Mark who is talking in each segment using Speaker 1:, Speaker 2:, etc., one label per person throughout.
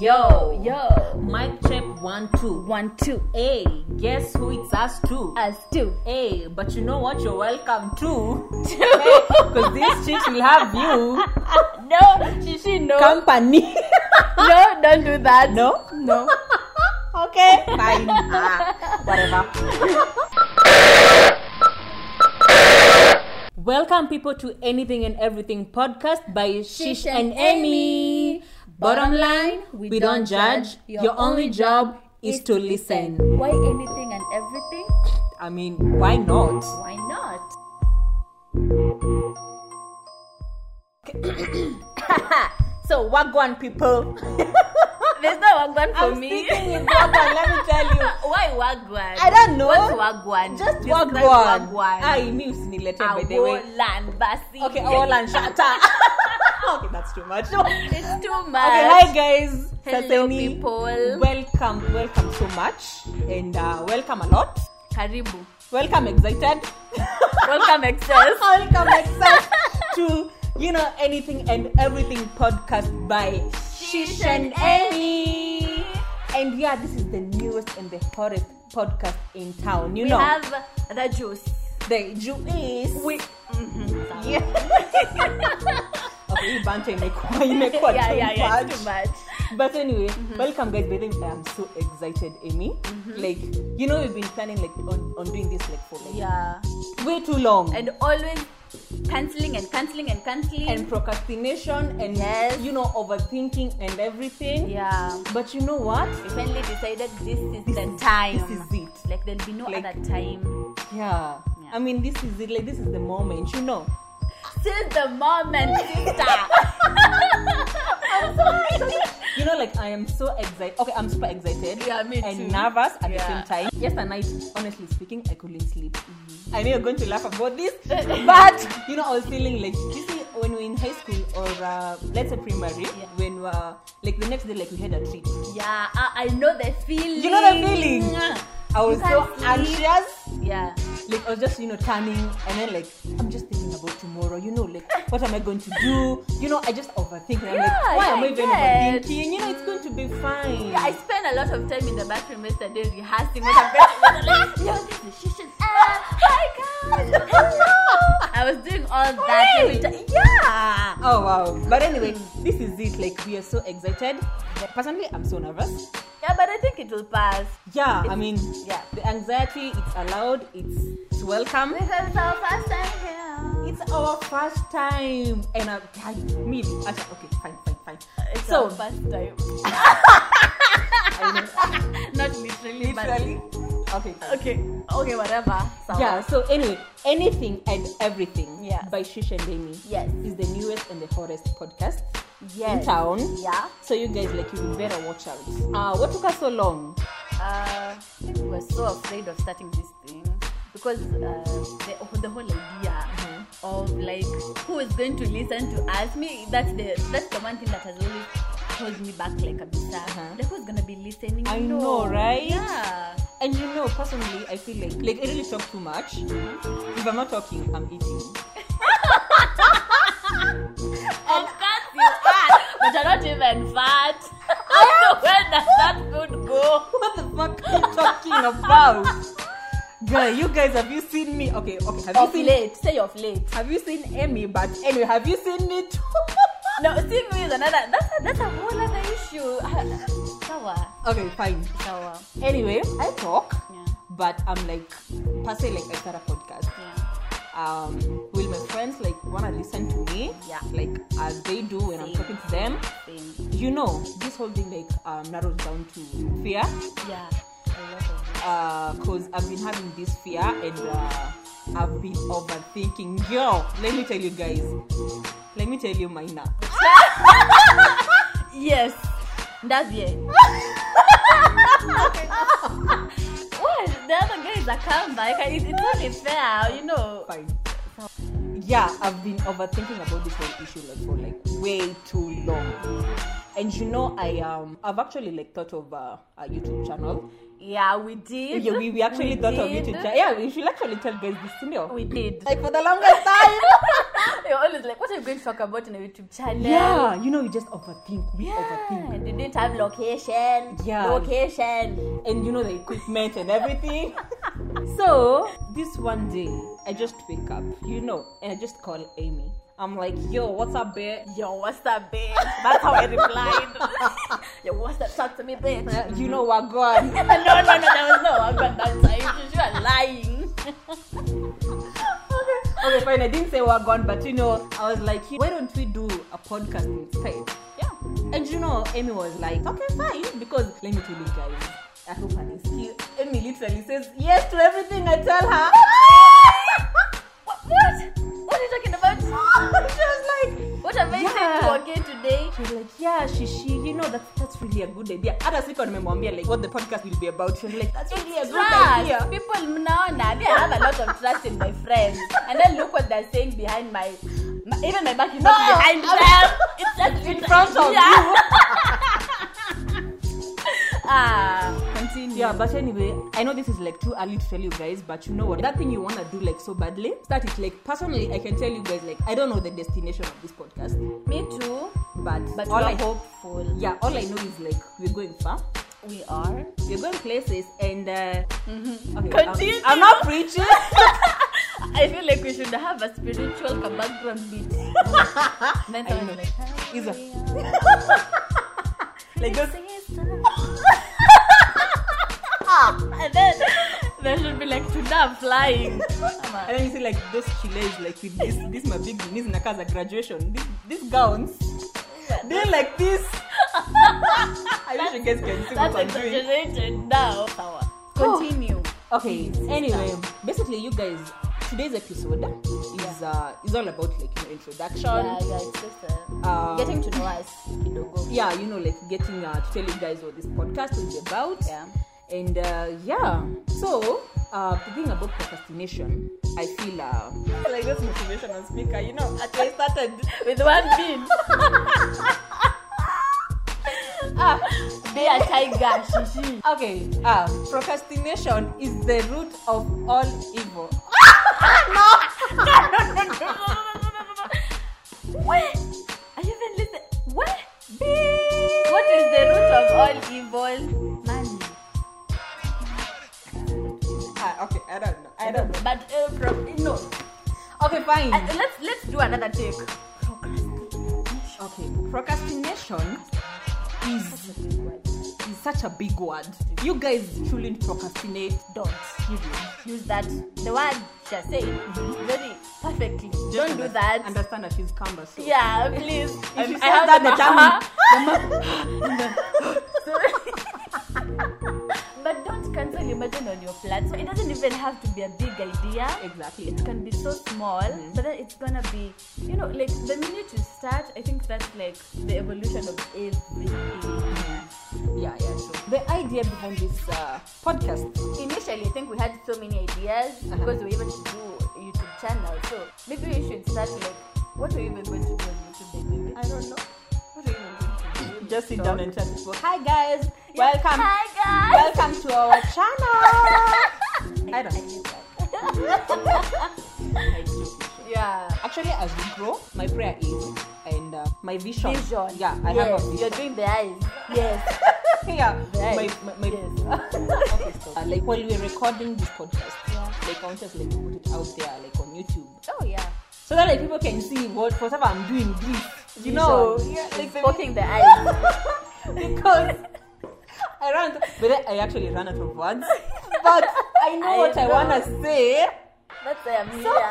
Speaker 1: Yo,
Speaker 2: Yo,
Speaker 1: mic check one two.
Speaker 2: one, two,
Speaker 1: Hey, guess who it's us to?
Speaker 2: us two.
Speaker 1: Hey, but you know what? You're welcome to because this shit will have you
Speaker 2: no, she, she, no,
Speaker 1: company.
Speaker 2: no, don't do that.
Speaker 1: no,
Speaker 2: no.
Speaker 1: okay, fine, ah, whatever. Welcome people to Anything and Everything podcast by Shish and Amy. Bottom line, we don't judge. Your only job is to listen.
Speaker 2: Why anything and everything?
Speaker 1: I mean, why not?
Speaker 2: Why not?
Speaker 1: so Wagwan people,
Speaker 2: There's no wagwan for
Speaker 1: I'm
Speaker 2: me.
Speaker 1: speaking in Wagwan. Let me tell you,
Speaker 2: Why wagwan?
Speaker 1: I don't know.
Speaker 2: What's wagwan?
Speaker 1: just
Speaker 2: Describe
Speaker 1: Wagwan.
Speaker 2: wagwan.
Speaker 1: I knew usinileted by the way.
Speaker 2: Awolan basi.
Speaker 1: Okay, Awolan Shata. okay, that's too much. Okay,
Speaker 2: It's too much.
Speaker 1: hi guys.
Speaker 2: Hello, people.
Speaker 1: Welcome, welcome so much, and uh, welcome a lot.
Speaker 2: Karibu.
Speaker 1: Welcome excited.
Speaker 2: Welcome excess.
Speaker 1: welcome excited to you know anything and everything podcast by Shish and Amy. And yeah, this is the newest and the hottest podcast in town. You
Speaker 2: We
Speaker 1: know
Speaker 2: have the juice.
Speaker 1: the Jewish. We
Speaker 2: Yeah,
Speaker 1: Mm-hmm. okay, hii banter imekuwa imekuwa
Speaker 2: yeah,
Speaker 1: too
Speaker 2: yeah, yeah.
Speaker 1: much.
Speaker 2: It's too much. Mm-hmm.
Speaker 1: But anyway, welcome guys. By the way, I am so excited, Amy. Like, you know, we've been planning like on, on doing this like for like
Speaker 2: Yeah.
Speaker 1: way too long.
Speaker 2: And always cancelling and cancelling and cancelling.
Speaker 1: and procrastination and
Speaker 2: Yes.
Speaker 1: you know overthinking and everything.
Speaker 2: yeah.
Speaker 1: But you know what?
Speaker 2: We finally decided this is
Speaker 1: This
Speaker 2: the
Speaker 1: is-
Speaker 2: time.
Speaker 1: this is it.
Speaker 2: Like there'll be no
Speaker 1: Like-
Speaker 2: other time.
Speaker 1: Yeah.
Speaker 2: Yeah.
Speaker 1: I mean, this is it. Like, this is the moment. You know.
Speaker 2: Since the moment, sister.
Speaker 1: You know, like I am so excited. Okay, I'm super excited.
Speaker 2: Yeah, me
Speaker 1: And
Speaker 2: too.
Speaker 1: nervous at the
Speaker 2: Yeah.
Speaker 1: same time. Yesterday night, honestly speaking, I couldn't sleep.
Speaker 2: Mm-hmm.
Speaker 1: I know you're going to laugh about this, but you know, I was feeling like you see, when we we're in high school or uh, let's say primary,
Speaker 2: Yeah.
Speaker 1: when we we're like the next day, like we had a treat.
Speaker 2: yeah, I, I know the feeling.
Speaker 1: You know the feeling. I was
Speaker 2: You
Speaker 1: so
Speaker 2: can't sleep.
Speaker 1: anxious.
Speaker 2: Yeah.
Speaker 1: like I was just you know turning and then like I'm just thinking about tomorrow you know like what am I going to do you know I just overthink and I'm
Speaker 2: Yeah,
Speaker 1: like why
Speaker 2: yeah,
Speaker 1: am I
Speaker 2: I
Speaker 1: even
Speaker 2: get.
Speaker 1: overthinking you know it's going to be fine
Speaker 2: Yeah, I spent a lot of time in the bathroom yesterday rehearsing what I'm going to do. Like, no, this is Shisha's app. Hi, guys. Hello. I was doing all that. every
Speaker 1: Right.
Speaker 2: ti- yeah.
Speaker 1: oh wow but anyway this is it like we are so excited personally I'm so nervous
Speaker 2: Yeah, but I think it will pass.
Speaker 1: yeah I mean
Speaker 2: yeah.
Speaker 1: the anxiety it's allowed it's it's welcome
Speaker 2: Because it's our first time here.
Speaker 1: it's our first time and I, I me actually, okay fine fine fine
Speaker 2: It's
Speaker 1: so
Speaker 2: our first time.
Speaker 1: I know,
Speaker 2: Not literally,
Speaker 1: literally okay fine.
Speaker 2: but okay, okay, whatever. Sawa.
Speaker 1: Yeah, so anyway, anything and everything
Speaker 2: Yeah.
Speaker 1: by Shish and Demi
Speaker 2: Yes.
Speaker 1: is the newest and the hottest podcast
Speaker 2: Yes.
Speaker 1: in town.
Speaker 2: Yeah.
Speaker 1: So you guys like you better watch out. Uh what took us so long?
Speaker 2: Uh, I think we were so afraid of starting this thing because uh, the, the whole idea of like who is going to listen to us. Me, that's the that's the one thing that has always held me back like a bit.
Speaker 1: Uh-huh.
Speaker 2: Like who's gonna be listening?
Speaker 1: I
Speaker 2: you
Speaker 1: know, right?
Speaker 2: Yeah.
Speaker 1: And you know, personally I feel like like I really talk too much.
Speaker 2: Mm-hmm.
Speaker 1: If I'm not talking, I'm eating.
Speaker 2: Of course you are, but you're not even fat. so where does that food go?
Speaker 1: What the fuck are you talking about? Girl, you guys have you seen me? Okay, okay, have you
Speaker 2: Of
Speaker 1: seen
Speaker 2: late, say of late.
Speaker 1: have you seen Emmy? But anyway, have you seen me too?
Speaker 2: No, see me is another. That's a, that's a whole other issue. Sawa,
Speaker 1: okay, fine.
Speaker 2: sawa.
Speaker 1: Anyway, I talk.
Speaker 2: Yeah,
Speaker 1: but I'm like per se like I start a podcast.
Speaker 2: yeah.
Speaker 1: Um, will my friends like wanna listen to me?
Speaker 2: Yeah.
Speaker 1: Like as they do when I'm
Speaker 2: Same.
Speaker 1: talking to them.
Speaker 2: Same.
Speaker 1: You know, this whole thing like um, narrows down to fear.
Speaker 2: Yeah. A lot of it.
Speaker 1: Uh, cause I've been having this fear and uh, I've been overthinking. Yo, let me tell you guys. Let me tell you mine now.
Speaker 2: Yes. That's yeah. what? The other guy is a comeback. It, it's not fair, you know.
Speaker 1: Fine. Yeah, I've been overthinking about this whole issue like for like way too long. And you know, I um, I've actually like thought of uh, a YouTube channel.
Speaker 2: yeah we did
Speaker 1: Yeah, we, we actually thought of it.
Speaker 2: did.
Speaker 1: to ju- Yeah, we should actually tell guys this, you know.
Speaker 2: we did
Speaker 1: Like for the longest time.
Speaker 2: you're always like what are you going to talk about in a youtube channel
Speaker 1: yeah, you know, we just overthink. We
Speaker 2: yeah.
Speaker 1: overthink.
Speaker 2: they didn't have location
Speaker 1: Yeah.
Speaker 2: location
Speaker 1: And you know the equipment and everything. so this one day, I just wake up, you know, and I just call Amy. I'm like, yo, what's up, bitch?
Speaker 2: yo what's up bitch that's how i replied yo what's up talk to me bitch
Speaker 1: Uh, You know, we're gone.
Speaker 2: no no no there was no one that time you are lying
Speaker 1: okay, fine. I didn't say we're gone, but you know, I was like, why don't we do a podcast instead?
Speaker 2: yeah
Speaker 1: And you know, Amy was like, okay, fine, because let me tell you guys, I hope I is here. Amy literally says yes to everything I tell her.
Speaker 2: what what what are you talking about
Speaker 1: she was like,
Speaker 2: what have i
Speaker 1: Yeah.
Speaker 2: said to okay today
Speaker 1: she was like, yeah, she, she, you know, that that's really a good idea. Hata siku nimemwambia like what the podcast will be about. She was like, that's really a good
Speaker 2: trust.
Speaker 1: idea.
Speaker 2: People mnaona me, I have a lot of trust in my friends, and then look what they're saying behind my, my even my back is
Speaker 1: No,
Speaker 2: not behind
Speaker 1: I'm-
Speaker 2: them. It's just
Speaker 1: In front of
Speaker 2: yeah.
Speaker 1: you.
Speaker 2: Ah, continue.
Speaker 1: Yeah, but anyway, I know this is like too early to tell you guys, but you know what? That thing you wanna do like so badly, start it. Like personally, I can tell you guys like I don't know the destination of this podcast,
Speaker 2: me too.
Speaker 1: but
Speaker 2: But
Speaker 1: all
Speaker 2: we're
Speaker 1: I
Speaker 2: hopeful.
Speaker 1: yeah, all I know is like we're going far,
Speaker 2: we are.
Speaker 1: we're going places, and uh, okay,
Speaker 2: Mm-hmm. Continue.
Speaker 1: I'm, I'm not preaching.
Speaker 2: I feel like we should have a spiritual background beat. then
Speaker 1: I
Speaker 2: someone
Speaker 1: know.
Speaker 2: is like,
Speaker 1: Is a-
Speaker 2: "Hurry up,
Speaker 1: like those,
Speaker 2: sister." and then there should be like tuna flying. Come on.
Speaker 1: and then you see like those chiles like with this this my big knees nakaza graduation these, these gowns. They're like this. I wish you guys can see
Speaker 2: That's
Speaker 1: what I'm doing.
Speaker 2: exaggerated now. Sawa. Continue.
Speaker 1: okay anyway basically you guys today's episode is uh is all about like your introduction
Speaker 2: yeah, yeah, it's just uh,
Speaker 1: Um,
Speaker 2: getting to know us kidogo.
Speaker 1: yeah you know like getting uh, to tell you guys what this podcast is about
Speaker 2: Yeah.
Speaker 1: and uh yeah so uh the thing about procrastination i feel uh like this motivational speaker you know at i started
Speaker 2: With one bean. ah, be a tiger, shishi.
Speaker 1: okay uh procrastination is the root of all evil
Speaker 2: What? I even listen. What? What is the root of all evil? Money.
Speaker 1: Ah, okay i don't know i don't know
Speaker 2: But uh, from, no.
Speaker 1: okay fine
Speaker 2: Uh, let's let's do another take.
Speaker 1: Okay, procrastination is is such a big word. You guys shouldn't procrastinate.
Speaker 2: Don't
Speaker 1: Period.
Speaker 2: use that. The word just say very perfectly.
Speaker 1: Mm-hmm. Just
Speaker 2: Don't do
Speaker 1: under-
Speaker 2: that.
Speaker 1: Understand that she's cumbersome.
Speaker 2: Yeah, please. Um,
Speaker 1: If you
Speaker 2: I
Speaker 1: said
Speaker 2: have
Speaker 1: that,
Speaker 2: the
Speaker 1: the
Speaker 2: maha.
Speaker 1: tongue,
Speaker 2: But don't cancel your budget on your plan. So it doesn't even have to be a big idea.
Speaker 1: the- exactly.
Speaker 2: It can be so small, but then it's gonna be, you know, like the minute you start, I think that's like the evolution of everything.
Speaker 1: Yeah, yeah. So the idea behind this uh, podcast.
Speaker 2: Initially, I think we had so many ideas because we even to do a YouTube channel. So maybe we should start like, what are we even going to do on YouTube? anyway?
Speaker 1: I don't know.
Speaker 2: What are we even going to do?
Speaker 1: Just sit
Speaker 2: So-
Speaker 1: down and chat. with people. Hi guys,
Speaker 2: Yeah.
Speaker 1: welcome,
Speaker 2: Hi guys.
Speaker 1: welcome to our channel. I don't. know. I don't know.
Speaker 2: Yeah.
Speaker 1: Actually, as we grow, my prayer is and uh, my vision.
Speaker 2: Vision.
Speaker 1: Yeah, I
Speaker 2: yes.
Speaker 1: have a vision.
Speaker 2: You're doing the eyes. Yes.
Speaker 1: yeah,
Speaker 2: Right.
Speaker 1: my, my, my
Speaker 2: Yes.
Speaker 1: okay, so, uh, like while we're recording this podcast, like I want us like to put it out there like on YouTube,
Speaker 2: oh yeah.
Speaker 1: so that like people can see what whatever I'm doing. This, you
Speaker 2: Vision.
Speaker 1: know,
Speaker 2: It's
Speaker 1: like
Speaker 2: poking the eyes.
Speaker 1: because I ran, but then I actually ran out of words. But I know
Speaker 2: I
Speaker 1: what I
Speaker 2: know.
Speaker 1: wanna say.
Speaker 2: That's why I'm here.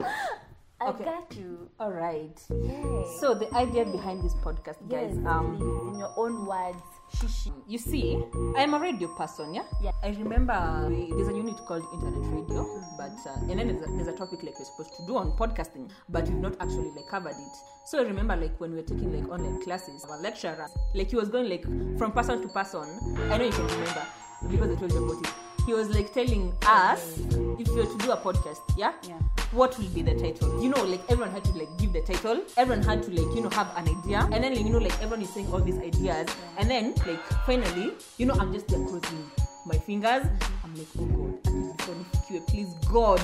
Speaker 2: I
Speaker 1: Okay.
Speaker 2: got you.
Speaker 1: All right.
Speaker 2: Yay.
Speaker 1: So the idea behind this podcast, guys,
Speaker 2: yes,
Speaker 1: um.
Speaker 2: please, in your own words. Shishi.
Speaker 1: You see, I'm a radio person, yeah?
Speaker 2: Yeah.
Speaker 1: I remember uh, we- there's a unit called internet radio, but uh, and then there's a, there's a topic like we're supposed to do on podcasting, but we've not actually like covered it. So I remember like when we were taking like online classes, our lecturer, like he was going like from person to person. I know you can remember because I told you about it. he was like telling us if you're to do a podcast, yeah,
Speaker 2: Yeah.
Speaker 1: what will be the title? You know, like everyone had to like give the title. Everyone had to like you know have an idea, and then like, you know like everyone is saying all these ideas, and then like finally, you know, I'm just like crossing my fingers. I'm like, oh God, I think this one is cute. please God,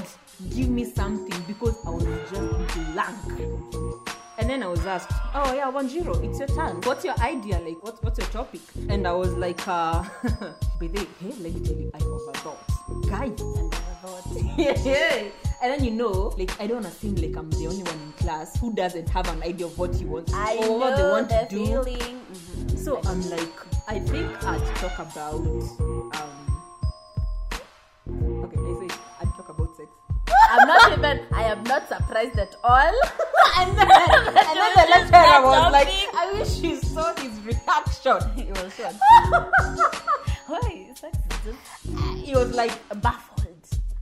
Speaker 1: give me something because I was just blank. And then I was asked, oh yeah, one zero, it's your turn. What's your idea? Like, what, what's your topic? And I was like, uh, but they, hey, let me tell you, I overthought. Guy.
Speaker 2: And overthought.
Speaker 1: Yeah. And then you know, like, I don't want to seem like I'm the only one in class who doesn't have an idea of what he wants
Speaker 2: I
Speaker 1: or
Speaker 2: know
Speaker 1: what they want
Speaker 2: the
Speaker 1: to do.
Speaker 2: feeling. Mhm.
Speaker 1: So I'm like, I think I'd talk about. Um, okay, I say I'd talk about sex.
Speaker 2: I'm not even. I am not surprised at all.
Speaker 1: and then, and then the
Speaker 2: That
Speaker 1: lecturer was like,
Speaker 2: topic.
Speaker 1: I wish you saw his reaction.
Speaker 2: it was so. Why? It's like this.
Speaker 1: He was like baffled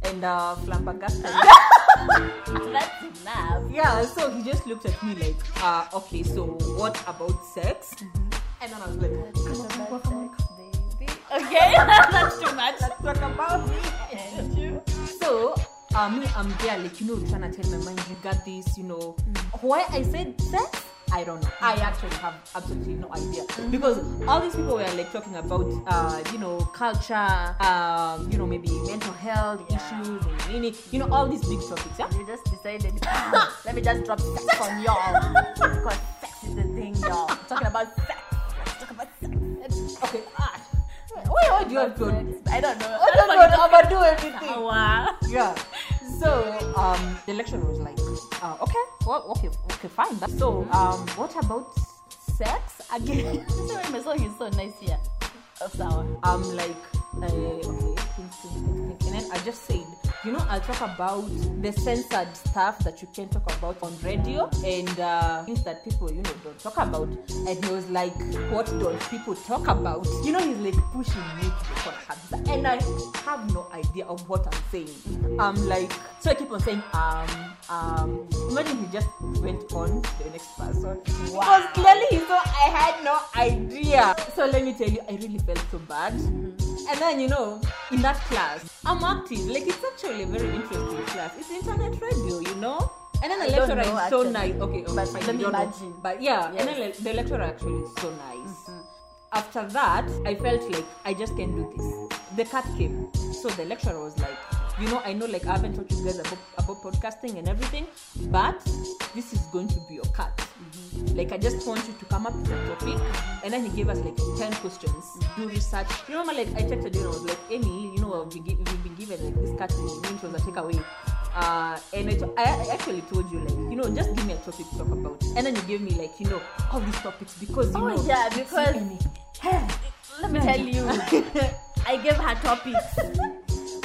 Speaker 1: and uh, flabbergasted.
Speaker 2: That's enough.
Speaker 1: yeah, so he just looked at me like, uh, okay, so what about sex?
Speaker 2: Mm-hmm.
Speaker 1: And then I was like,
Speaker 2: Okay, that's too much.
Speaker 1: let's talk about me.
Speaker 2: And you?
Speaker 1: So, uh, me, I'm there, like, you know, trying to tell my mind, you got this, you know.
Speaker 2: Mm.
Speaker 1: Why I said sex? I don't know. I actually have absolutely no idea.
Speaker 2: Mm.
Speaker 1: Because all these people were, like, talking about, uh, you know, culture, um, you know, maybe mental health
Speaker 2: Yeah.
Speaker 1: issues, and really, you know, all these big topics, yeah?
Speaker 2: You just decided. "Ah, Let me just drop sex on y'all. Because sex is the thing, y'all. talking about sex. Let's talk about sex. Let's-
Speaker 1: Okay, ah. Why, why do you have to, why do
Speaker 2: I don't know.
Speaker 1: you have to overdo everything?
Speaker 2: Wow.
Speaker 1: yeah. So um, the lecturer was like, uh, okay, well, okay, okay, fine. So
Speaker 2: Mm-hmm.
Speaker 1: um, what about sex again?
Speaker 2: This is why my song is so nice here. Oh, sour.
Speaker 1: I'm like, uh, okay, think, think, think, think. and then I just said, you know, I'll talk about the censored stuff that you can't talk about on radio and uh, things that people, you know, don't talk about. And he was like, what don't people talk about? You know, he's like pushing me to the podcast, and I have no idea of what I'm saying. I'm like, so I keep on saying, um, um. Imagine he just went on to the next person. Because clearly he thought I had no idea. So let me tell you, I really felt so bad.
Speaker 2: Mm-hmm.
Speaker 1: And then you know, in that class, I'm active. Like it's actually a very interesting class. It's internet radio, you know. And then the
Speaker 2: I don't
Speaker 1: lecturer
Speaker 2: know,
Speaker 1: is so
Speaker 2: actually.
Speaker 1: nice. Okay, okay
Speaker 2: But
Speaker 1: fine,
Speaker 2: let
Speaker 1: you
Speaker 2: me
Speaker 1: don't know.
Speaker 2: imagine.
Speaker 1: But yeah,
Speaker 2: Yes.
Speaker 1: and then le- the lecturer actually is so nice. After that, I felt like I just can't do this. The cut came, so the lecturer was like, you know, I know like I haven't taught you guys about, about podcasting and everything, but this is going to be your cut. Like I just want you to come up with a topic, and then he gave us like ten questions. Do research. You remember, like I texted you and I was like, Amy, you know, we've been, gi- we've been given like this cut, which was a takeaway. Uh, and I, to- I I actually told you like, you know, just give me a topic to talk about, and then you gave me like, you know, all these topics because you
Speaker 2: Oh,
Speaker 1: know,
Speaker 2: yeah,
Speaker 1: it's you,
Speaker 2: because-
Speaker 1: Amy.
Speaker 2: Let me tell you, I gave her topics.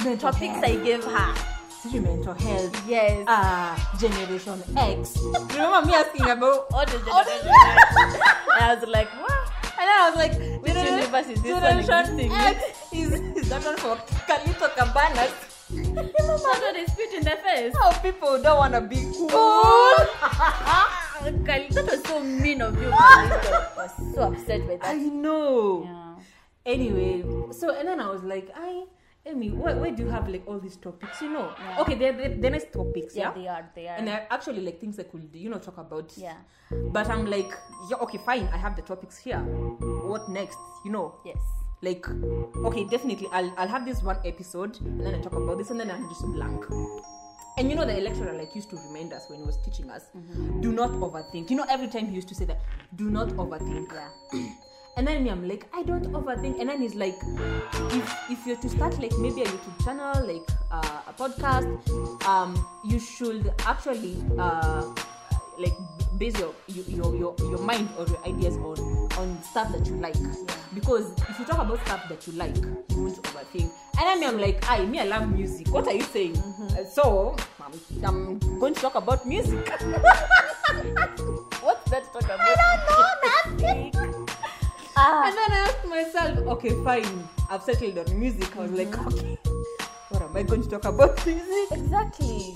Speaker 1: mental
Speaker 2: Topics
Speaker 1: health,
Speaker 2: I gave her. Ah.
Speaker 1: like mental health,
Speaker 2: Yes.
Speaker 1: uh, Generation X. You remember me asking about
Speaker 2: All the generation.
Speaker 1: all the-
Speaker 2: and I was like, what?
Speaker 1: And I was like,
Speaker 2: Which
Speaker 1: "Generation-
Speaker 2: universe is this one
Speaker 1: Generation
Speaker 2: existing
Speaker 1: X is, is that one for Carlito Cabanas?
Speaker 2: That's what they spit in the face.
Speaker 1: How people don't want to be cool.
Speaker 2: Ah, Kali, that was so mean of you. Kali. I was so upset by
Speaker 1: I
Speaker 2: that.
Speaker 1: know.
Speaker 2: Ah! Yeah.
Speaker 1: Anyway, so and then I was like, I, Amy, why, why do you have like all these topics? You know,
Speaker 2: Yeah.
Speaker 1: okay, they're, they're, they're nice topics,
Speaker 2: Yeah,
Speaker 1: yeah.
Speaker 2: they are. They are.
Speaker 1: And I actually like things I could, you know, talk about.
Speaker 2: Yeah.
Speaker 1: But I'm like, yeah, okay, fine. I have the topics here. What next? You know,
Speaker 2: yes.
Speaker 1: like okay definitely I'll, I'll have this one episode and then i talk about this and then i'm just blank and you know the lecturer like used to remind us when he was teaching us do not overthink you know every time he used to say that do not overthink and then me, i'm like i don't overthink and then he's like if if you're to start like maybe a youtube channel like uh, a podcast um you should actually uh like base your your your, your, your mind or your ideas on on stuff that you like because if you talk about stuff that you like you won't overthink and I mean I'm like I me I love music what are you saying Uh, so I'm, I'm going to talk about music
Speaker 2: What's that talk about? I don't know nothing. ah,
Speaker 1: and then I asked myself okay fine I've settled on music I was like okay what am I going to talk about music
Speaker 2: exactly.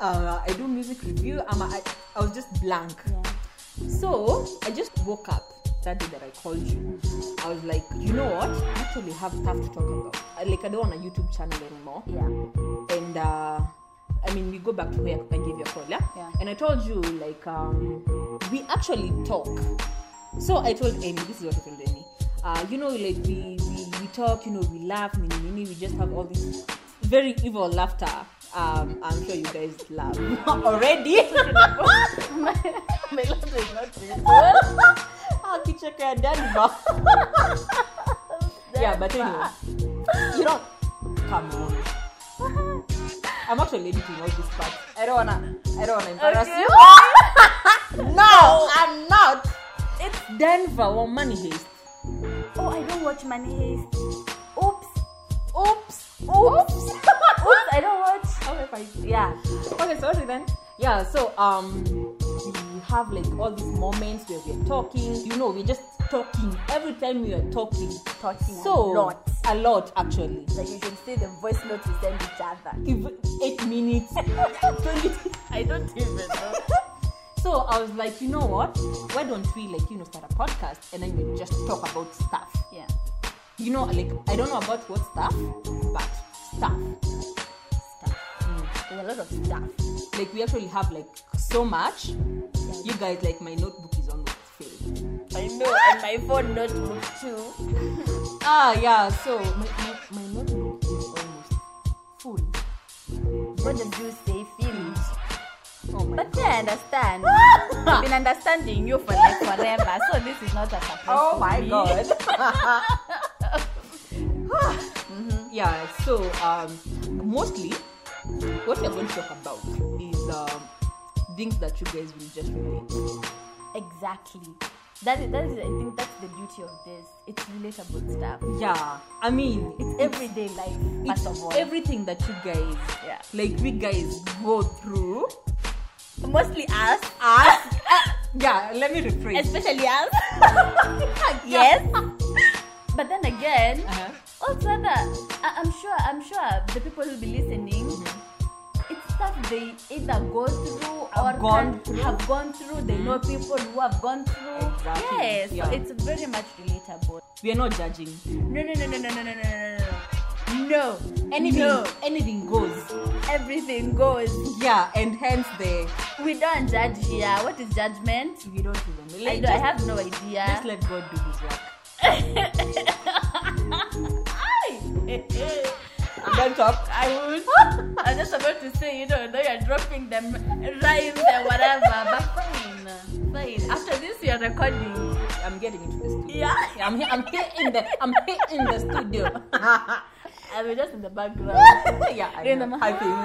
Speaker 1: uh, I do music review I'm a, I, I was just blank
Speaker 2: Yeah.
Speaker 1: So I just woke up that day that I called you, I was like, you know what? I actually have stuff to talk about. I- Like, I don't want a YouTube channel anymore.
Speaker 2: yeah
Speaker 1: And, uh, I mean, we go back to where I gave you a call, yeah?
Speaker 2: Yeah.
Speaker 1: And I told you, like, um, we actually talk. So I told Amy, this is what I told Amy. Uh, you know, like, we, we, we talk, you know, we laugh, nini, nini, we just have all this very evil laughter. Um, I'm sure you guys laugh already.
Speaker 2: my, my love is not real.
Speaker 1: Ah, akicheka ya denver yeah but anyway you don't come on i'm actually editing all this part i don't wanna i don't wanna embarrass
Speaker 2: Okay.
Speaker 1: you no i'm not it's denver or money haste
Speaker 2: oh i don't watch money haste oops
Speaker 1: oops oops
Speaker 2: oops i don't watch
Speaker 1: okay fine
Speaker 2: yeah
Speaker 1: okay sorry then yeah so um we have like all these moments where we're talking you know we're just talking every time we are talking
Speaker 2: talking
Speaker 1: so
Speaker 2: a lot
Speaker 1: a lot actually
Speaker 2: like you should see the voice notes we send each other
Speaker 1: Give eight minutes 20
Speaker 2: i don't even know
Speaker 1: so i was like you know what why don't we like you know start a podcast and then we just talk about stuff
Speaker 2: yeah
Speaker 1: you know like i don't know about what stuff but stuff
Speaker 2: stuff Mm, there's a lot of stuff
Speaker 1: like we actually have like so much
Speaker 2: Yeah.
Speaker 1: you guys like my notebook is almost filled
Speaker 2: i know and my phone notebook too
Speaker 1: ah yeah so my, my, my notebook is almost full
Speaker 2: what does you say feelings
Speaker 1: oh my
Speaker 2: But I understand. I've been understanding you for like forever, so this is not a surprise.
Speaker 1: Oh
Speaker 2: for
Speaker 1: my
Speaker 2: me.
Speaker 1: god. Mm-hmm. Yeah, so um, mostly what we're going to talk about is um, things that you guys will just relate.
Speaker 2: Exactly. That is, that is, I think that's the beauty of this. It's relatable stuff.
Speaker 1: Yeah, I mean, it's, every,
Speaker 2: Everyday life,
Speaker 1: it's
Speaker 2: first of all.
Speaker 1: everything that you guys,
Speaker 2: Yeah.
Speaker 1: like we guys go through.
Speaker 2: Mostly us,
Speaker 1: Us, yeah, let me rephrase.
Speaker 2: especially us. yes. But then again,
Speaker 1: Uh-huh.
Speaker 2: also the, I, I'm sure, I'm sure the people who'll be listening. It's stuff they either go through or
Speaker 1: Have gone
Speaker 2: can-
Speaker 1: through.
Speaker 2: have Mm-hmm. gone through. Mm-hmm. They know people who have gone through.
Speaker 1: Exactly,
Speaker 2: Yes,
Speaker 1: yeah.
Speaker 2: it's very much relatable.
Speaker 1: We are not judging.
Speaker 2: No, no, no, no, no, no, no, no, no, no. No.
Speaker 1: Anything,
Speaker 2: No.
Speaker 1: anything goes.
Speaker 2: Everything goes.
Speaker 1: Yeah, and hence the
Speaker 2: We don't judge here. What is judgment?
Speaker 1: we don't even.
Speaker 2: I,
Speaker 1: Like,
Speaker 2: don't, I have no idea.
Speaker 1: just let God do His work.
Speaker 2: eh, Ah.
Speaker 1: Don't talk.
Speaker 2: I would. I'm just about to say, you know, now you're dropping them rhymes and whatever, but fine. Fine. After this, you're recording.
Speaker 1: I'm getting into the studio.
Speaker 2: Yeah.
Speaker 1: I'm here. I'm here in the. I'm here in the studio.
Speaker 2: I mean, just in the background.
Speaker 1: yeah, I
Speaker 2: In the
Speaker 1: know.
Speaker 2: ma-
Speaker 1: Hyping.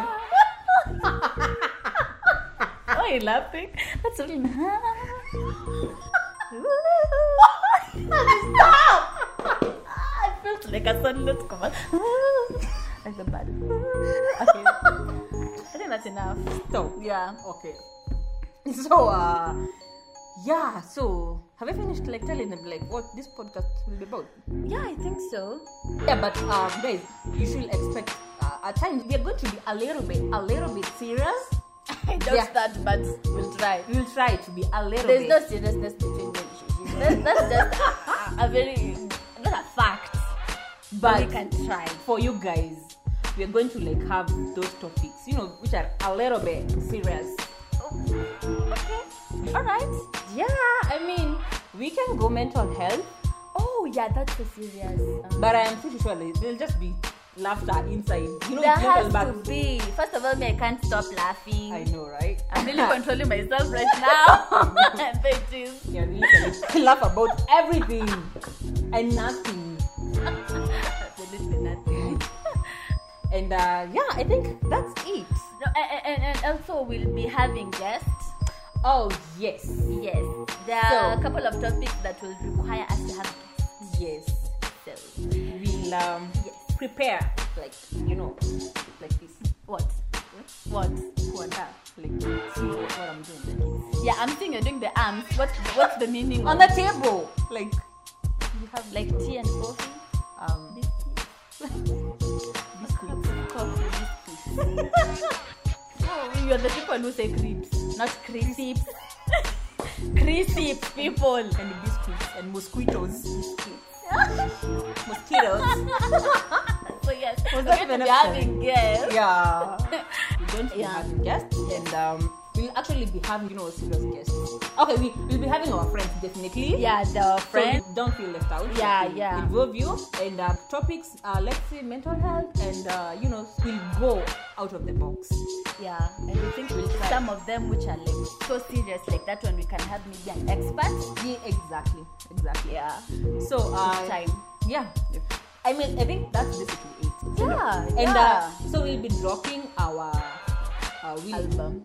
Speaker 2: Why are you laughing? That's really. Stop! I felt like a sunlit come on. Like the bad. Okay. I think that's enough.
Speaker 1: So
Speaker 2: Yeah.
Speaker 1: okay. So uh, yeah. So have I finished like telling them like what this podcast will be about?
Speaker 2: Yeah, I think so.
Speaker 1: Yeah, but um, guys, you should expect uh, at times we are going to be a little bit, a little bit serious.
Speaker 2: I doubt
Speaker 1: Yeah.
Speaker 2: that, but we'll try.
Speaker 1: We will try to be a little
Speaker 2: There's
Speaker 1: bit.
Speaker 2: no seriousness between the issues. That's, that's just a, a very. That's a fact.
Speaker 1: but
Speaker 2: we can try.
Speaker 1: for you guys, we are going to like have those topics, you know, which are a little bit serious.
Speaker 2: Oh, Okay. Alright.
Speaker 1: Yeah, I mean, we can go mental health,
Speaker 2: Oh yeah, that's a serious. um,
Speaker 1: but I am pretty sure like, there'll just be laughter inside. You know,
Speaker 2: there
Speaker 1: it's mental
Speaker 2: has
Speaker 1: bath-
Speaker 2: to be. First of all, me, I can't stop laughing.
Speaker 1: I know, right?
Speaker 2: I'm really controlling myself right now. Bitches.
Speaker 1: yeah, we can laugh about everything and nothing.
Speaker 2: Absolutely nothing.
Speaker 1: And uh, yeah, I think that's it.
Speaker 2: No, and, and, and also we'll be having guests.
Speaker 1: Oh, yes.
Speaker 2: Yes, there are a
Speaker 1: So-
Speaker 2: couple of topics that will require us to have
Speaker 1: Yes.
Speaker 2: guests. So
Speaker 1: We'll um,
Speaker 2: Yes.
Speaker 1: prepare, like, you know, like this.
Speaker 2: what? What?
Speaker 1: What? Like, see what I'm doing. Like, it's
Speaker 2: Yeah, I'm thinking you're doing the arms. What? What's the meaning?
Speaker 1: on
Speaker 2: of-
Speaker 1: the table. Like,
Speaker 2: you have like tea and coffee.
Speaker 1: um,
Speaker 2: Biscuits.
Speaker 1: biscuits.
Speaker 2: Oh, you're the people who say creeps, not creeps. creeps, people.
Speaker 1: And biscuits. and mosquitoes. mosquitoes.
Speaker 2: So yes,
Speaker 1: Was
Speaker 2: we're
Speaker 1: that
Speaker 2: going
Speaker 1: even
Speaker 2: to
Speaker 1: a
Speaker 2: be having guests.
Speaker 1: Yeah. We're going to be
Speaker 2: Yeah.
Speaker 1: having guests and um, we'll actually be having, you know, serious guests. Okay, we, we'll be having our friends definitely.
Speaker 2: Yeah, the
Speaker 1: So
Speaker 2: friend.
Speaker 1: don't feel left out.
Speaker 2: Yeah,
Speaker 1: We'll
Speaker 2: yeah.
Speaker 1: Involve you and uh, topics, uh, let's say mental health and, uh, you know, we'll go out of the box.
Speaker 2: Yeah, and I think
Speaker 1: We'll try.
Speaker 2: some of them which are like so serious, like that one, we can have maybe an expert.
Speaker 1: Yeah, exactly. Exactly.
Speaker 2: Yeah,
Speaker 1: So, uh,
Speaker 2: time.
Speaker 1: yeah. I mean, I think that's basically it.
Speaker 2: Yeah,
Speaker 1: And
Speaker 2: yeah.
Speaker 1: uh, so we'll be dropping our uh, we'll,
Speaker 2: album.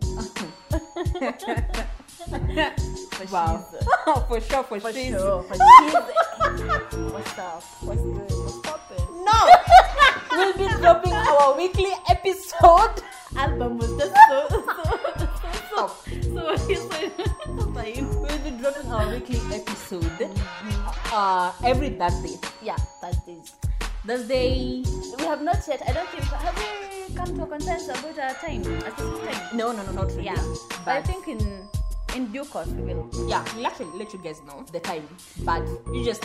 Speaker 2: For
Speaker 1: Wow.
Speaker 2: shiz.
Speaker 1: for sure, for,
Speaker 2: For
Speaker 1: shiz.
Speaker 2: sure. For shiz. What's up? What's good? What's poppin'?
Speaker 1: No! we'll be dropping our weekly episode.
Speaker 2: Album was just so so so
Speaker 1: Stop.
Speaker 2: so so, so fine.
Speaker 1: We'll be dropping our weekly episode
Speaker 2: Mm-hmm.
Speaker 1: uh, every Thursday.
Speaker 2: Yeah, that is.
Speaker 1: Thursday.
Speaker 2: We have not yet. I don't think have we come to a consensus about our time, a specific time.
Speaker 1: No, no, no, not really.
Speaker 2: Yeah, but I think in in due course we will.
Speaker 1: yeah, we'll actually let you guys know the time. But you just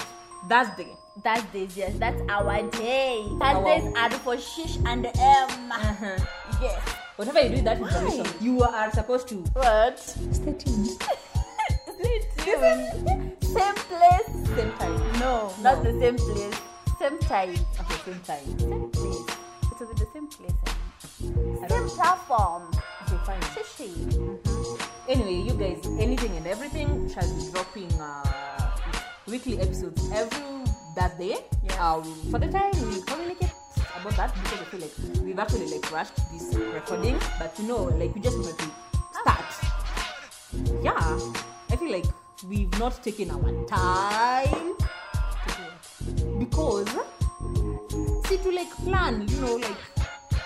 Speaker 1: Thursday.
Speaker 2: That days, yes, that's our day. That
Speaker 1: Our-
Speaker 2: days are for Shish and M.
Speaker 1: Uh-huh.
Speaker 2: Yes.
Speaker 1: Whatever you do with that information, you are supposed to
Speaker 2: What?
Speaker 1: stay tuned.
Speaker 2: Same place.
Speaker 1: Same time.
Speaker 2: No,
Speaker 1: No.
Speaker 2: not the same place. Same time.
Speaker 1: Okay, same time.
Speaker 2: Same place. It will be the same place. Same
Speaker 1: I don't-
Speaker 2: platform.
Speaker 1: Okay, fine.
Speaker 2: Shishi.
Speaker 1: Anyway, you guys, anything and everything shall be dropping uh, weekly episodes every that day.
Speaker 2: Yes.
Speaker 1: Um, for the time, we'll communicate about that because I feel like we've actually like rushed this recording, but you know, like we just wanted to start. Yeah, I feel like we've not taken our time because see to like plan, you know, like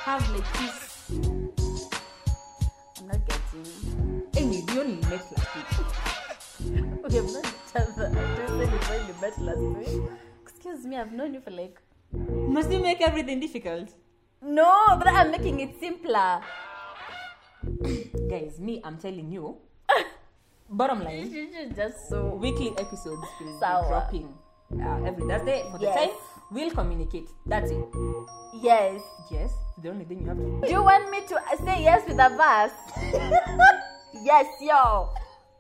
Speaker 1: have like this.
Speaker 2: I'm not getting.
Speaker 1: Anyway, we only met last week.
Speaker 2: We have not each other. I don't know if we met last week. Excuse me, I've known you for like
Speaker 1: Must you make everything difficult?
Speaker 2: No, but I'm making it simpler.
Speaker 1: Guys, me, I'm telling you. bottom line,
Speaker 2: This is just so.
Speaker 1: weekly episodes will be
Speaker 2: Sawa.
Speaker 1: dropping uh, every Thursday for the
Speaker 2: Yes.
Speaker 1: time. We'll communicate. That's it.
Speaker 2: Yes.
Speaker 1: Yes, the only thing you have to
Speaker 2: Do you want me to say yes with a verse? yes, yo.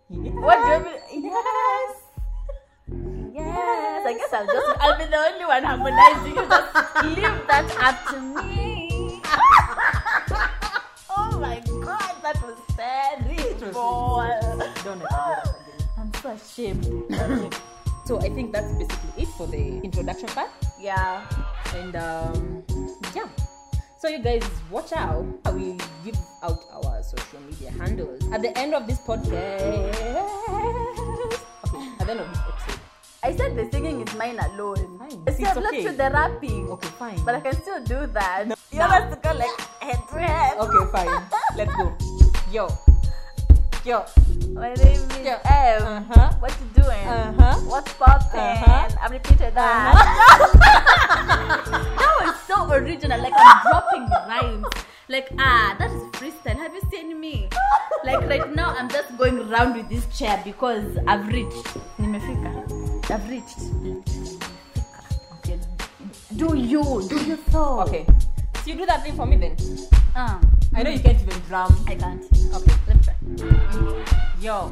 Speaker 1: Yes.
Speaker 2: What do you mean? Yes. Yes. I guess I'll just. I'll be the only one harmonizing. You just leave that up to me. oh my god, that was
Speaker 1: was-
Speaker 2: terrible.
Speaker 1: Don't ever do that again.
Speaker 2: I'm so ashamed.
Speaker 1: So I think that's basically it for the introduction part.
Speaker 2: yeah.
Speaker 1: And um, yeah. So you guys watch out. We give out our social media handles at the end of this podcast. Okay, at the end of this episode.
Speaker 2: I said the singing is mine alone.
Speaker 1: Fine.
Speaker 2: I still
Speaker 1: It's
Speaker 2: have left
Speaker 1: okay.
Speaker 2: you the rapping.
Speaker 1: Okay, fine.
Speaker 2: But I can still do that. You have to go like head to head.
Speaker 1: Okay, fine. Let's go. Yo. Yo.
Speaker 2: My name is
Speaker 1: Yeah.
Speaker 2: Ev.
Speaker 1: Uh-huh.
Speaker 2: What you doing?
Speaker 1: Uh-huh.
Speaker 2: What's poppin'?
Speaker 1: Uh-huh.
Speaker 2: I've repeated that. Uh-huh. that was so original. Like I'm dropping rhymes. Like ah, that is freestyle. Have you seen me? Like right now, I'm just going around with this chair because I've reached. Nimefika. I've reached. Nimefika. Okay. Do you? Do you so?
Speaker 1: Oh. Okay. So you do that thing for me then.
Speaker 2: Uh,
Speaker 1: I know you can't even drum.
Speaker 2: I can't.
Speaker 1: Okay.
Speaker 2: Let me try.
Speaker 1: Yo.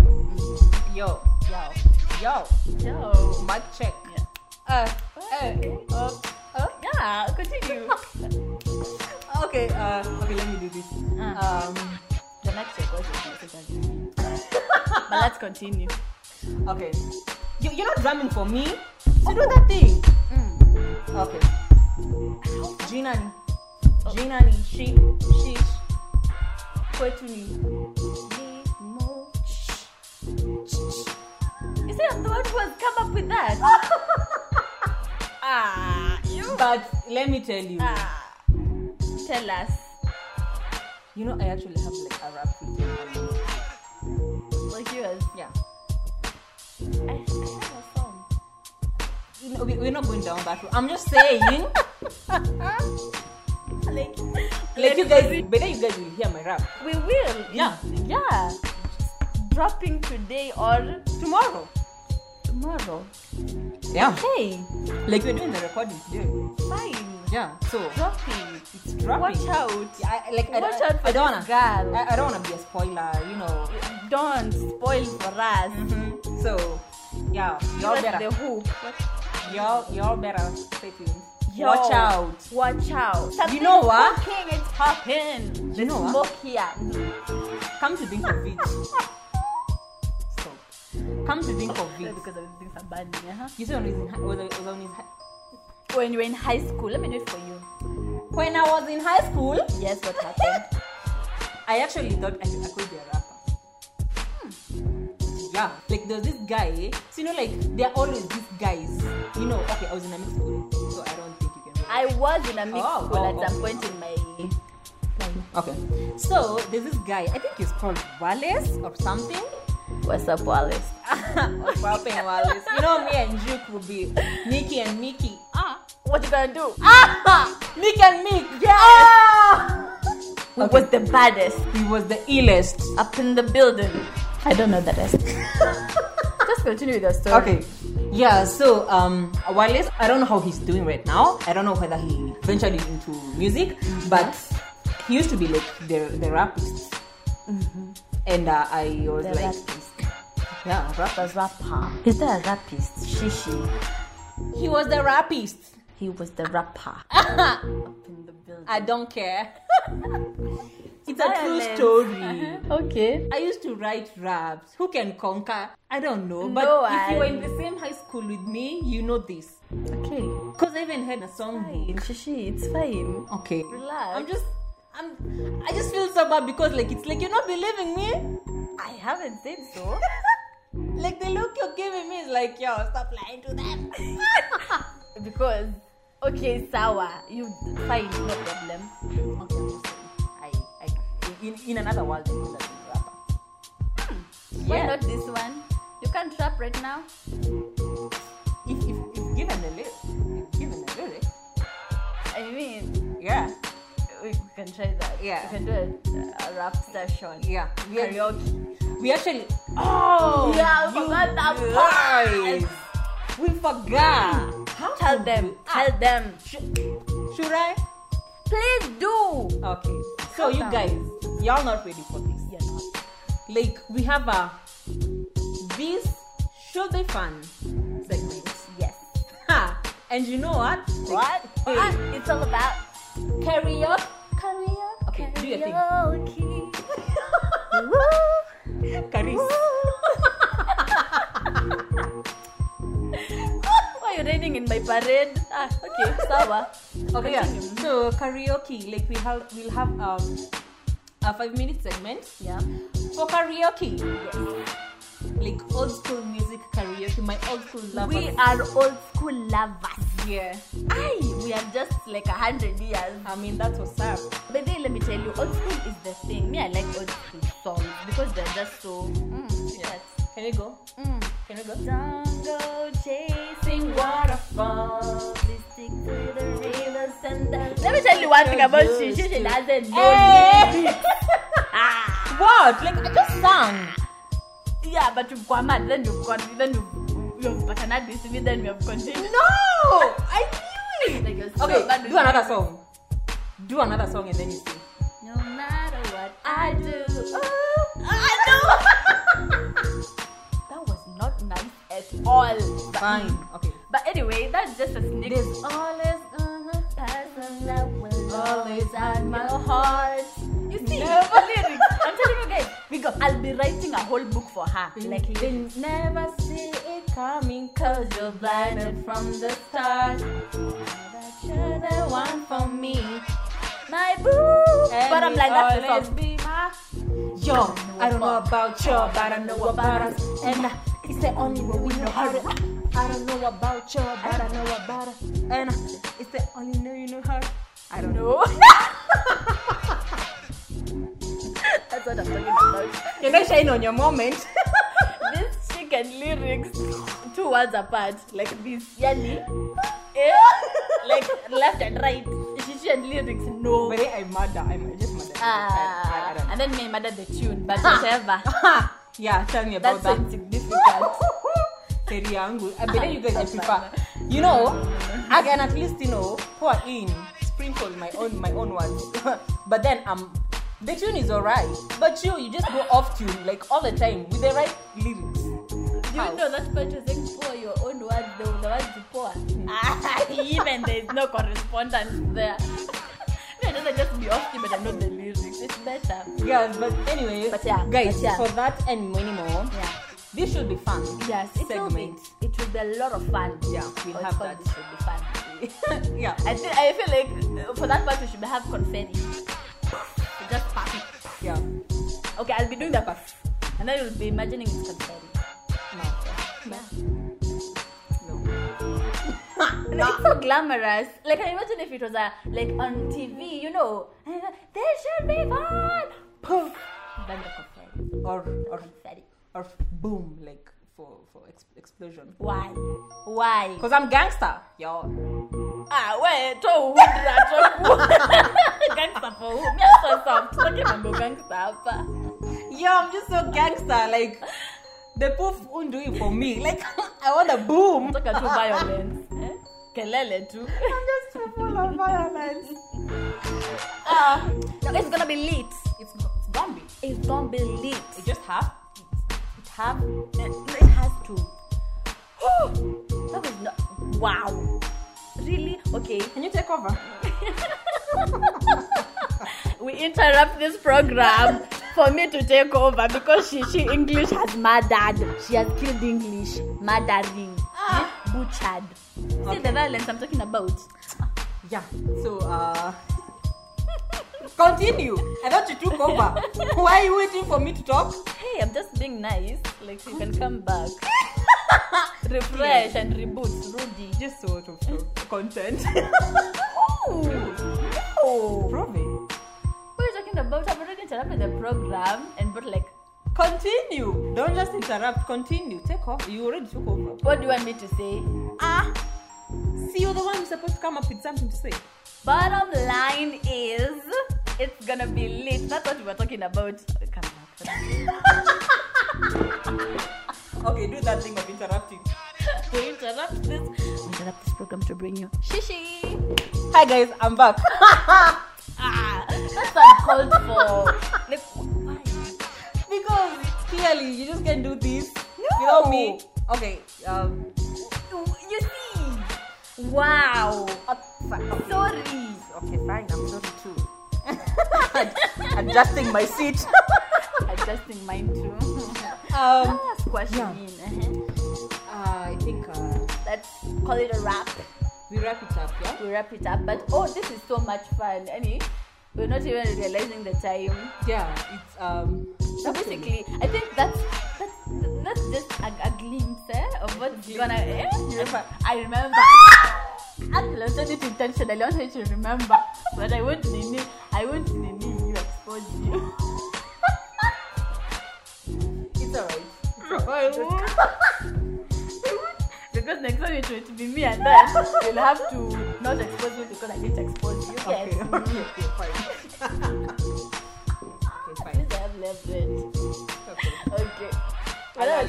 Speaker 1: Yo.
Speaker 2: Wow.
Speaker 1: Yo.
Speaker 2: Yo.
Speaker 1: Mic check.
Speaker 2: Yeah.
Speaker 1: Uh, uh, uh, uh.
Speaker 2: Yeah. Continue.
Speaker 1: Okay. Uh, okay, let me do this.
Speaker 2: Uh.
Speaker 1: Um,
Speaker 2: The next check was the But let's continue.
Speaker 1: okay. You, you're not drumming for me. So do that thing.
Speaker 2: Mm.
Speaker 1: Okay. Jinani. Jinani. She. She. Kwetu ni.
Speaker 2: Limo. You see, I'm the one who has come up with that. ah, you.
Speaker 1: But let me tell you.
Speaker 2: Ah. Tell us.
Speaker 1: You know, I actually have like a rap video.
Speaker 2: Like you as.
Speaker 1: Yeah.
Speaker 2: I, I have a song.
Speaker 1: You know, we, we're not going down that road. I'm just saying,
Speaker 2: Like,
Speaker 1: like you guys, better you guys will hear my rap
Speaker 2: we will.
Speaker 1: Yeah.
Speaker 2: Yeah. Dropping today or
Speaker 1: tomorrow.
Speaker 2: tomorrow.
Speaker 1: Yeah.
Speaker 2: Hey,
Speaker 1: Like we're doing the recording today.
Speaker 2: fine.
Speaker 1: Yeah. So
Speaker 2: Dropping.
Speaker 1: it's dropping.
Speaker 2: Watch out.
Speaker 1: I, I- like I,
Speaker 2: Watch
Speaker 1: I,
Speaker 2: out for
Speaker 1: I don't wanna,
Speaker 2: this girl.
Speaker 1: I, I don't wanna be a spoiler, you know.
Speaker 2: Don't spoil for us. Mm-hmm.
Speaker 1: So yeah,
Speaker 2: Give
Speaker 1: y'all
Speaker 2: us
Speaker 1: better
Speaker 2: the hook.
Speaker 1: y'all y'all better stay tuned.
Speaker 2: Yo,
Speaker 1: Watch out.
Speaker 2: Watch out.
Speaker 1: You know what?
Speaker 2: Smoking, it's popping.
Speaker 1: You know what?
Speaker 2: Smoke here.
Speaker 1: Come to Dinkovic. Stop. Come to Dinkovic.
Speaker 2: Because I was doing some bad thing, huh?
Speaker 1: You see when I was in hi- was I- was I in hi-
Speaker 2: When you were in high school, let me do it for you.
Speaker 1: when I was in high school,
Speaker 2: Yes, what happened?
Speaker 1: I actually thought I, I could be a rapper. Hmm. Yeah, like there's this guy, eh, so you know, like there are always these guys. You know, okay, I was in a mixed school, so I don't think you can.
Speaker 2: I was in a mixed
Speaker 1: Oh,
Speaker 2: school
Speaker 1: oh,
Speaker 2: at
Speaker 1: oh.
Speaker 2: some point in my life.
Speaker 1: Okay. So there's this guy, I think he's called Wallace or something.
Speaker 2: What's up, Wallace?
Speaker 1: Or Papa and Wallace. You know me and Juke will be Nikki and Mickey.
Speaker 2: Ah, what you gonna do? Ah!
Speaker 1: Mick and Mick!
Speaker 2: Yes! oh! Who
Speaker 1: Okay.
Speaker 2: was the baddest
Speaker 1: He was the illest.
Speaker 2: up in the building? I don't know the rest. Just continue with your story.
Speaker 1: Okay. Yeah, so um Wallace, I don't know how he's doing right now. I don't know whether he ventured into music, but he used to be like the the rapist. And uh, I was
Speaker 2: Mm-hmm. The
Speaker 1: like,
Speaker 2: rapist.
Speaker 1: yeah, rapper.
Speaker 2: The rapper. Is that a rapist? Shishi.
Speaker 1: He was the rapist.
Speaker 2: He was the rapper. up in the building.
Speaker 1: I don't care. it's a true
Speaker 2: Violence.
Speaker 1: story.
Speaker 2: Okay.
Speaker 1: I used to write raps. Who can conquer? I don't know. But
Speaker 2: No
Speaker 1: if you
Speaker 2: one.
Speaker 1: were in the same high school with me, you know this.
Speaker 2: Okay.
Speaker 1: Because I even had a song.
Speaker 2: Fine. Shishi, it's fine.
Speaker 1: Okay.
Speaker 2: Relax.
Speaker 1: I'm just. I'm, I just feel so bad because like it's like you're not believing me.
Speaker 2: I haven't said so.
Speaker 1: Like the look you're giving me is like yo stop lying to them.
Speaker 2: because, okay, sour. You fine, no problem.
Speaker 1: Okay, I'm just saying. I, I in, in another world I could have been a rapper.
Speaker 2: Why
Speaker 1: Hmm. Yeah.
Speaker 2: not this one? You can't rap right now.
Speaker 1: If, if, if given a lyric, if given a lyric,
Speaker 2: I mean,
Speaker 1: yeah,
Speaker 2: we we can try that.
Speaker 1: Yeah.
Speaker 2: We can do a, a rap session.
Speaker 1: yeah, we, are-
Speaker 2: Karaoke.
Speaker 1: we actually oh
Speaker 2: Yeah, I
Speaker 1: you
Speaker 2: forgot that
Speaker 1: guys.
Speaker 2: part.
Speaker 1: We forgot. How
Speaker 2: Tell
Speaker 1: could
Speaker 2: them.
Speaker 1: we-
Speaker 2: Tell them.
Speaker 1: Should I?
Speaker 2: Please do.
Speaker 1: Okay. So
Speaker 2: Calm
Speaker 1: you
Speaker 2: down.
Speaker 1: guys, y'all not ready for this.
Speaker 2: You're not.
Speaker 1: Like we have a this should be fun segment.
Speaker 2: Yes.
Speaker 1: Ha! And you know what?
Speaker 2: What? Ah,
Speaker 1: Like,
Speaker 2: What? It's all about
Speaker 1: Carry up.
Speaker 2: karaoke.
Speaker 1: Okay, do your thing.
Speaker 2: karaoke.
Speaker 1: Caris.
Speaker 2: Why are you raining in my parade? Ah, okay, sour.
Speaker 1: Okay. Yeah.
Speaker 2: Continue.
Speaker 1: So karaoke, like we have, we'll have um a five-minute segment
Speaker 2: Yeah.
Speaker 1: for karaoke,
Speaker 2: Yes.
Speaker 1: like old school music karaoke. My old school love.
Speaker 2: We are old school lovers.
Speaker 1: yeah.
Speaker 2: Aye, we are just like a hundred years.
Speaker 1: I mean that's what's up.
Speaker 2: But then let me tell you, old school is the thing. Me, I like old school songs because they're just so. Mm,
Speaker 1: Yeah.
Speaker 2: yes.
Speaker 1: Can we go?
Speaker 2: Mm.
Speaker 1: Can we go?
Speaker 2: Don't go chasing
Speaker 1: Sing waterfall.
Speaker 2: Please stick to the rivers and the- Let me tell you one thing about she. She, she doesn't know
Speaker 1: Hey!
Speaker 2: lyrics. Ah,
Speaker 1: What? Like I just sang.
Speaker 2: yeah, but you've gone mad. Then you've gone. Then you've you've patronized this me. Then we have continued.
Speaker 1: No, I knew it.
Speaker 2: Like you're so
Speaker 1: Okay,
Speaker 2: bad with
Speaker 1: do another song. Do another song and then you sing.
Speaker 2: No matter what I do. Ooh, I know. that was not nice at all. But-
Speaker 1: Fine. Okay.
Speaker 2: But anyway, that's just a sneak.
Speaker 1: There's
Speaker 2: always a person that will
Speaker 1: always
Speaker 2: at my heart. You see,
Speaker 1: Never-
Speaker 2: the lyrics. I'm telling you guys, we go. I'll be writing a whole book for her. Like
Speaker 1: they never see it coming, cause you're blinded from the start. You're the one for me.
Speaker 2: my boo.
Speaker 1: And
Speaker 2: but I'm
Speaker 1: you'll
Speaker 2: like that's the
Speaker 1: always
Speaker 2: song.
Speaker 1: Be my... Yo, I don't know about you, but I know about us. And uh, it's the only way we know how to. I don't know about you, but I know about us. And uh, it's the only way you know how to. I don't
Speaker 2: No.
Speaker 1: know.
Speaker 2: that's what I'm talking about.
Speaker 1: You're not shining on your moment.
Speaker 2: this chick and lyrics two words apart like this yani eh, like left and right she and lyrics no
Speaker 1: But I'm murder. I'm just murder. I, I, I
Speaker 2: Ah,
Speaker 1: don't
Speaker 2: and then may Ah. mother the tune but whatever
Speaker 1: know. yeah, tell me about
Speaker 2: that's so
Speaker 1: that.
Speaker 2: insignificant
Speaker 1: teri yangu I believe you guys I prefer you know I can at least you know pour in sprinkle my own my own ones but then um the tune is alright but you you just go off tune like all the time with the right lyrics
Speaker 2: Do you know that part was saying pour your own words, the, the words you pour? Ah, Even there is no correspondence there. No, it doesn't just be off key, but I know the lyrics. It's better.
Speaker 1: yeah but anyway
Speaker 2: But yeah,
Speaker 1: guys
Speaker 2: but yeah.
Speaker 1: for that and many more
Speaker 2: Yeah.
Speaker 1: this should be fun
Speaker 2: Yes, it will be.
Speaker 1: Segment.
Speaker 2: It will be a lot of fun.
Speaker 1: Yeah, we'll
Speaker 2: Oh, it's
Speaker 1: have
Speaker 2: called
Speaker 1: that.
Speaker 2: It will be fun.
Speaker 1: yeah
Speaker 2: I think I feel like uh, for that part we should have confetti. Just puff.
Speaker 1: yeah
Speaker 2: Okay, I'll be doing the puff, and then you'll be imagining it's confetti. Yeah.
Speaker 1: no no
Speaker 2: No, it's so glamorous. Like, I imagine if it was a, like on TV, you know, there should be fun. Poof. Then the confetti.
Speaker 1: or or
Speaker 2: Confetti.
Speaker 1: or boom like for for ex- explosion
Speaker 2: Why? Why?
Speaker 1: because I'm gangster y'all
Speaker 2: Ah, we to hundra to gangster for who? Me, I'm so soft. Don't remember gangster hapa.
Speaker 1: Yo, I'm just so gangster. Like, the poof won't do it for me. Like, I want a boom.
Speaker 2: Toka tu violence. Eh? Kelele tu.
Speaker 1: I'm just so full of violence.
Speaker 2: Ah, no, it's gonna be lit.
Speaker 1: It's, it's Bambi.
Speaker 2: It's gonna be lit.
Speaker 1: It just have.
Speaker 2: It have. It has to. that was not. Wow. Really? Okay.
Speaker 1: Can you take over?
Speaker 2: we interrupt this program for me to take over because she, she English has murdered. She has killed English. Murdering. Butchered. Ah. See the violence I'm talking about.
Speaker 1: Yeah. So, uh. Continue. I thought you took over. Why are you waiting for me to talk?
Speaker 2: Hey, I'm just being nice. Like you can come back. Refresh and reboot, Rudy.
Speaker 1: Just sort of uh, content.
Speaker 2: Oh, no.
Speaker 1: Prove it.
Speaker 2: What are you talking about? I've already interrupted the program and brought like,
Speaker 1: Continue. Don't just interrupt. Continue. Take off. You already took over.
Speaker 2: what do you want me to say? Ah,
Speaker 1: See, you're the one who's supposed to come up with something to say.
Speaker 2: Bottom line is, it's gonna be lit. That's what we were talking about. Come back.
Speaker 1: Okay, do that thing of interrupting.
Speaker 2: We interrupt this. We interrupt this program to bring you shishi.
Speaker 1: Hi guys, I'm back.
Speaker 2: Ah, that's uncalled for. Like, why?
Speaker 1: because clearly you just can't do this
Speaker 2: No.
Speaker 1: without me. Okay. Um.
Speaker 2: You see? Wow.
Speaker 1: uh, fi- okay.
Speaker 2: Sorry.
Speaker 1: Okay, fine. I'm sorry too. Adjusting my seat.
Speaker 2: Adjusting mine too.
Speaker 1: Um.
Speaker 2: Ah, squash
Speaker 1: yeah.
Speaker 2: it in. Uh-huh.
Speaker 1: I think uh,
Speaker 2: Let's call it a wrap.
Speaker 1: we wrap it up. Yeah.
Speaker 2: We wrap it up. But oh, this is so much fun. Any, we're not even realizing the time.
Speaker 1: Yeah. It's um.
Speaker 2: So basically, I think that's that's, that's just a, a glimpse eh, of what's gonna. Eh?
Speaker 1: You remember?
Speaker 2: I remember. I said it intentionally. I wanted you to remember, but I won't Nini. I won't Nini. You expose you.
Speaker 1: It's alright. It's alright.
Speaker 2: because next time it will be me and then you'll have to not expose me because I didn't expose you.
Speaker 1: okay.
Speaker 2: Yes. At
Speaker 1: Okay. Okay. Fine. okay. Fine.
Speaker 2: least I have leverage.
Speaker 1: Okay.
Speaker 2: Okay.
Speaker 1: I'll-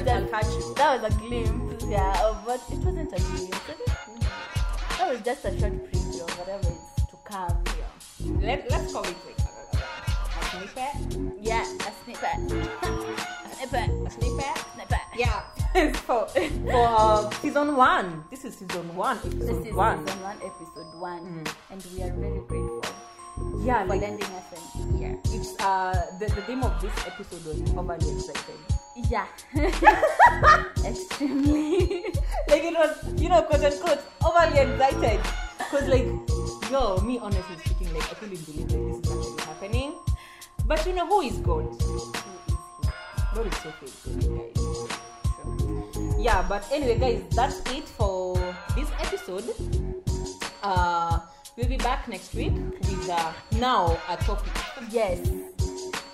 Speaker 2: That was
Speaker 1: I'll
Speaker 2: just-
Speaker 1: catch you.
Speaker 2: That was a glimpse, yeah, of what it wasn't a glimpse. I think That was just a short preview of whatever is to come.
Speaker 1: Let Let's call it like a- a snippet.
Speaker 2: Yeah, a snippet. a snippet.
Speaker 1: A snippet.
Speaker 2: Snippet.
Speaker 1: Yeah. for for uh, season one. This is season one, episode
Speaker 2: This is
Speaker 1: one.
Speaker 2: season one, episode one, and we are very grateful
Speaker 1: Yeah,
Speaker 2: for
Speaker 1: like
Speaker 2: lending us an ear.
Speaker 1: it's uh the, the theme of this episode was overly excited.
Speaker 2: Yeah, extremely.
Speaker 1: Like it was, you know, quote unquote, overly excited. Cause like, yo, me honestly speaking, like I couldn't believe like this is actually happening. But you know who is God? God is so faithful, guys. yeah but anyway guys that's it for this episode uh we'll be back next week with uh, now a topic
Speaker 2: yes.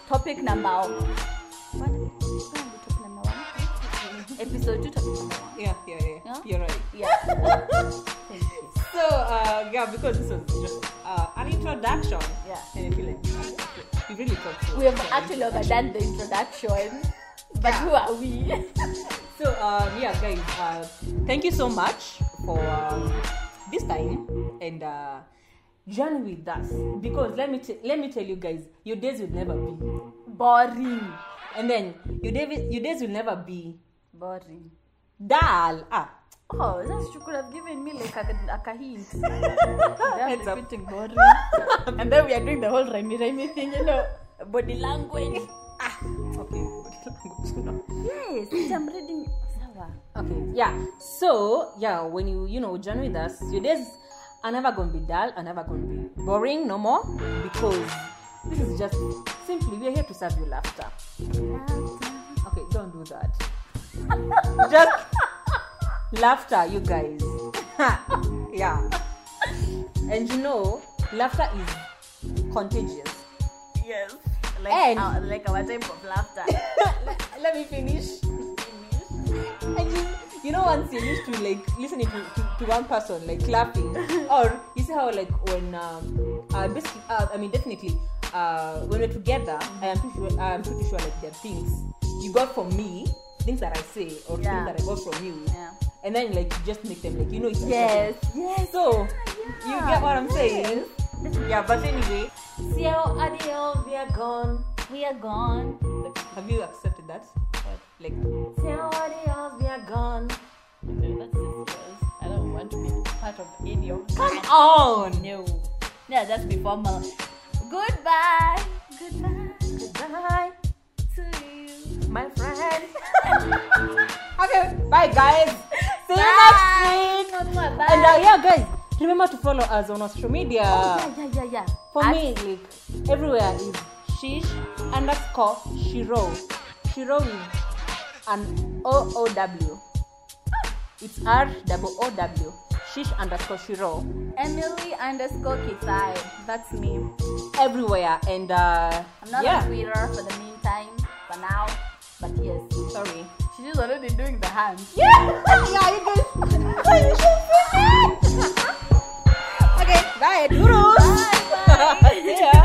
Speaker 2: Topic number what? Topic number one. Episode two. Topic number one.
Speaker 1: yeah yeah yeah,
Speaker 2: Yeah?
Speaker 1: you're right
Speaker 2: Yeah.
Speaker 1: so uh yeah because this was just uh, an introduction
Speaker 2: Yeah.
Speaker 1: and i feel like we really talked to
Speaker 2: we have actually overdone the introduction. But who are we?
Speaker 1: So um, yeah, guys, uh, thank you so much for um, this time and uh, journey with us because let me t- let me tell you guys, your days will never be boring, and then your day- your days will never be
Speaker 2: boring
Speaker 1: dull. Ah,
Speaker 2: Oh, that's you could have given me like a, like a hint.
Speaker 1: Heads
Speaker 2: They're
Speaker 1: up.
Speaker 2: repeating boring. and then we are doing the whole Remy Remy thing, you know, body language.
Speaker 1: ah, okay.
Speaker 2: Yes, which I'm reading. Sawa.
Speaker 1: Okay, yeah. So yeah, when you you know join with us, your days are never gonna be dull, are never gonna be boring no more because this is just simply we are here to serve you laughter. Okay, don't do that. Just laughter, you guys. yeah. And you know, laughter is contagious.
Speaker 2: Yes. Like,
Speaker 1: And-
Speaker 2: our, like our type of laughter.
Speaker 1: Let me finish. And you, you know, once you used to like listening to, to, to one person like clapping, or you see how like when um, uh, basically, uh, I mean, definitely, uh, when we're together, I am pretty sure, I'm pretty sure like there are things you got from me, things that I say, or
Speaker 2: Yeah.
Speaker 1: things that I got from you,
Speaker 2: Yeah.
Speaker 1: and then like you just make them like you know it's
Speaker 2: Yes, yes.
Speaker 1: So you
Speaker 2: Yeah,
Speaker 1: get what I'm
Speaker 2: yes.
Speaker 1: saying? Yeah, but anyway,
Speaker 2: See how are they all? We are gone. We are gone.
Speaker 1: like, have you accepted that? Like
Speaker 2: See how are they all? We are gone. Okay, that's just yours. I don't want to be part of any of
Speaker 1: come on.
Speaker 2: No. Yeah, that's be formal. Goodbye. Goodbye.
Speaker 1: Goodbye,
Speaker 2: To you.
Speaker 1: my friend. okay, bye guys. See you
Speaker 2: Bye.
Speaker 1: next week.
Speaker 2: Not my bye.
Speaker 1: And uh, yeah, guys, remember to follow us on our social media.
Speaker 2: yeah, yeah, yeah, yeah.
Speaker 1: For
Speaker 2: At-
Speaker 1: me, like everywhere is shish underscore shiro. Shiro is an O O W. It's R double O W. Shish underscore shiro.
Speaker 2: Emily underscore Kithai. That's me.
Speaker 1: Everywhere and uh,
Speaker 2: I'm not
Speaker 1: yeah.
Speaker 2: on Twitter for the meantime, for now. But yes.
Speaker 1: Sorry.
Speaker 2: She's already doing the hand.
Speaker 1: Yeah. yeah, you guys. you should see that. okay. Bye. Doodles.
Speaker 2: Bye, bye.
Speaker 1: See ya.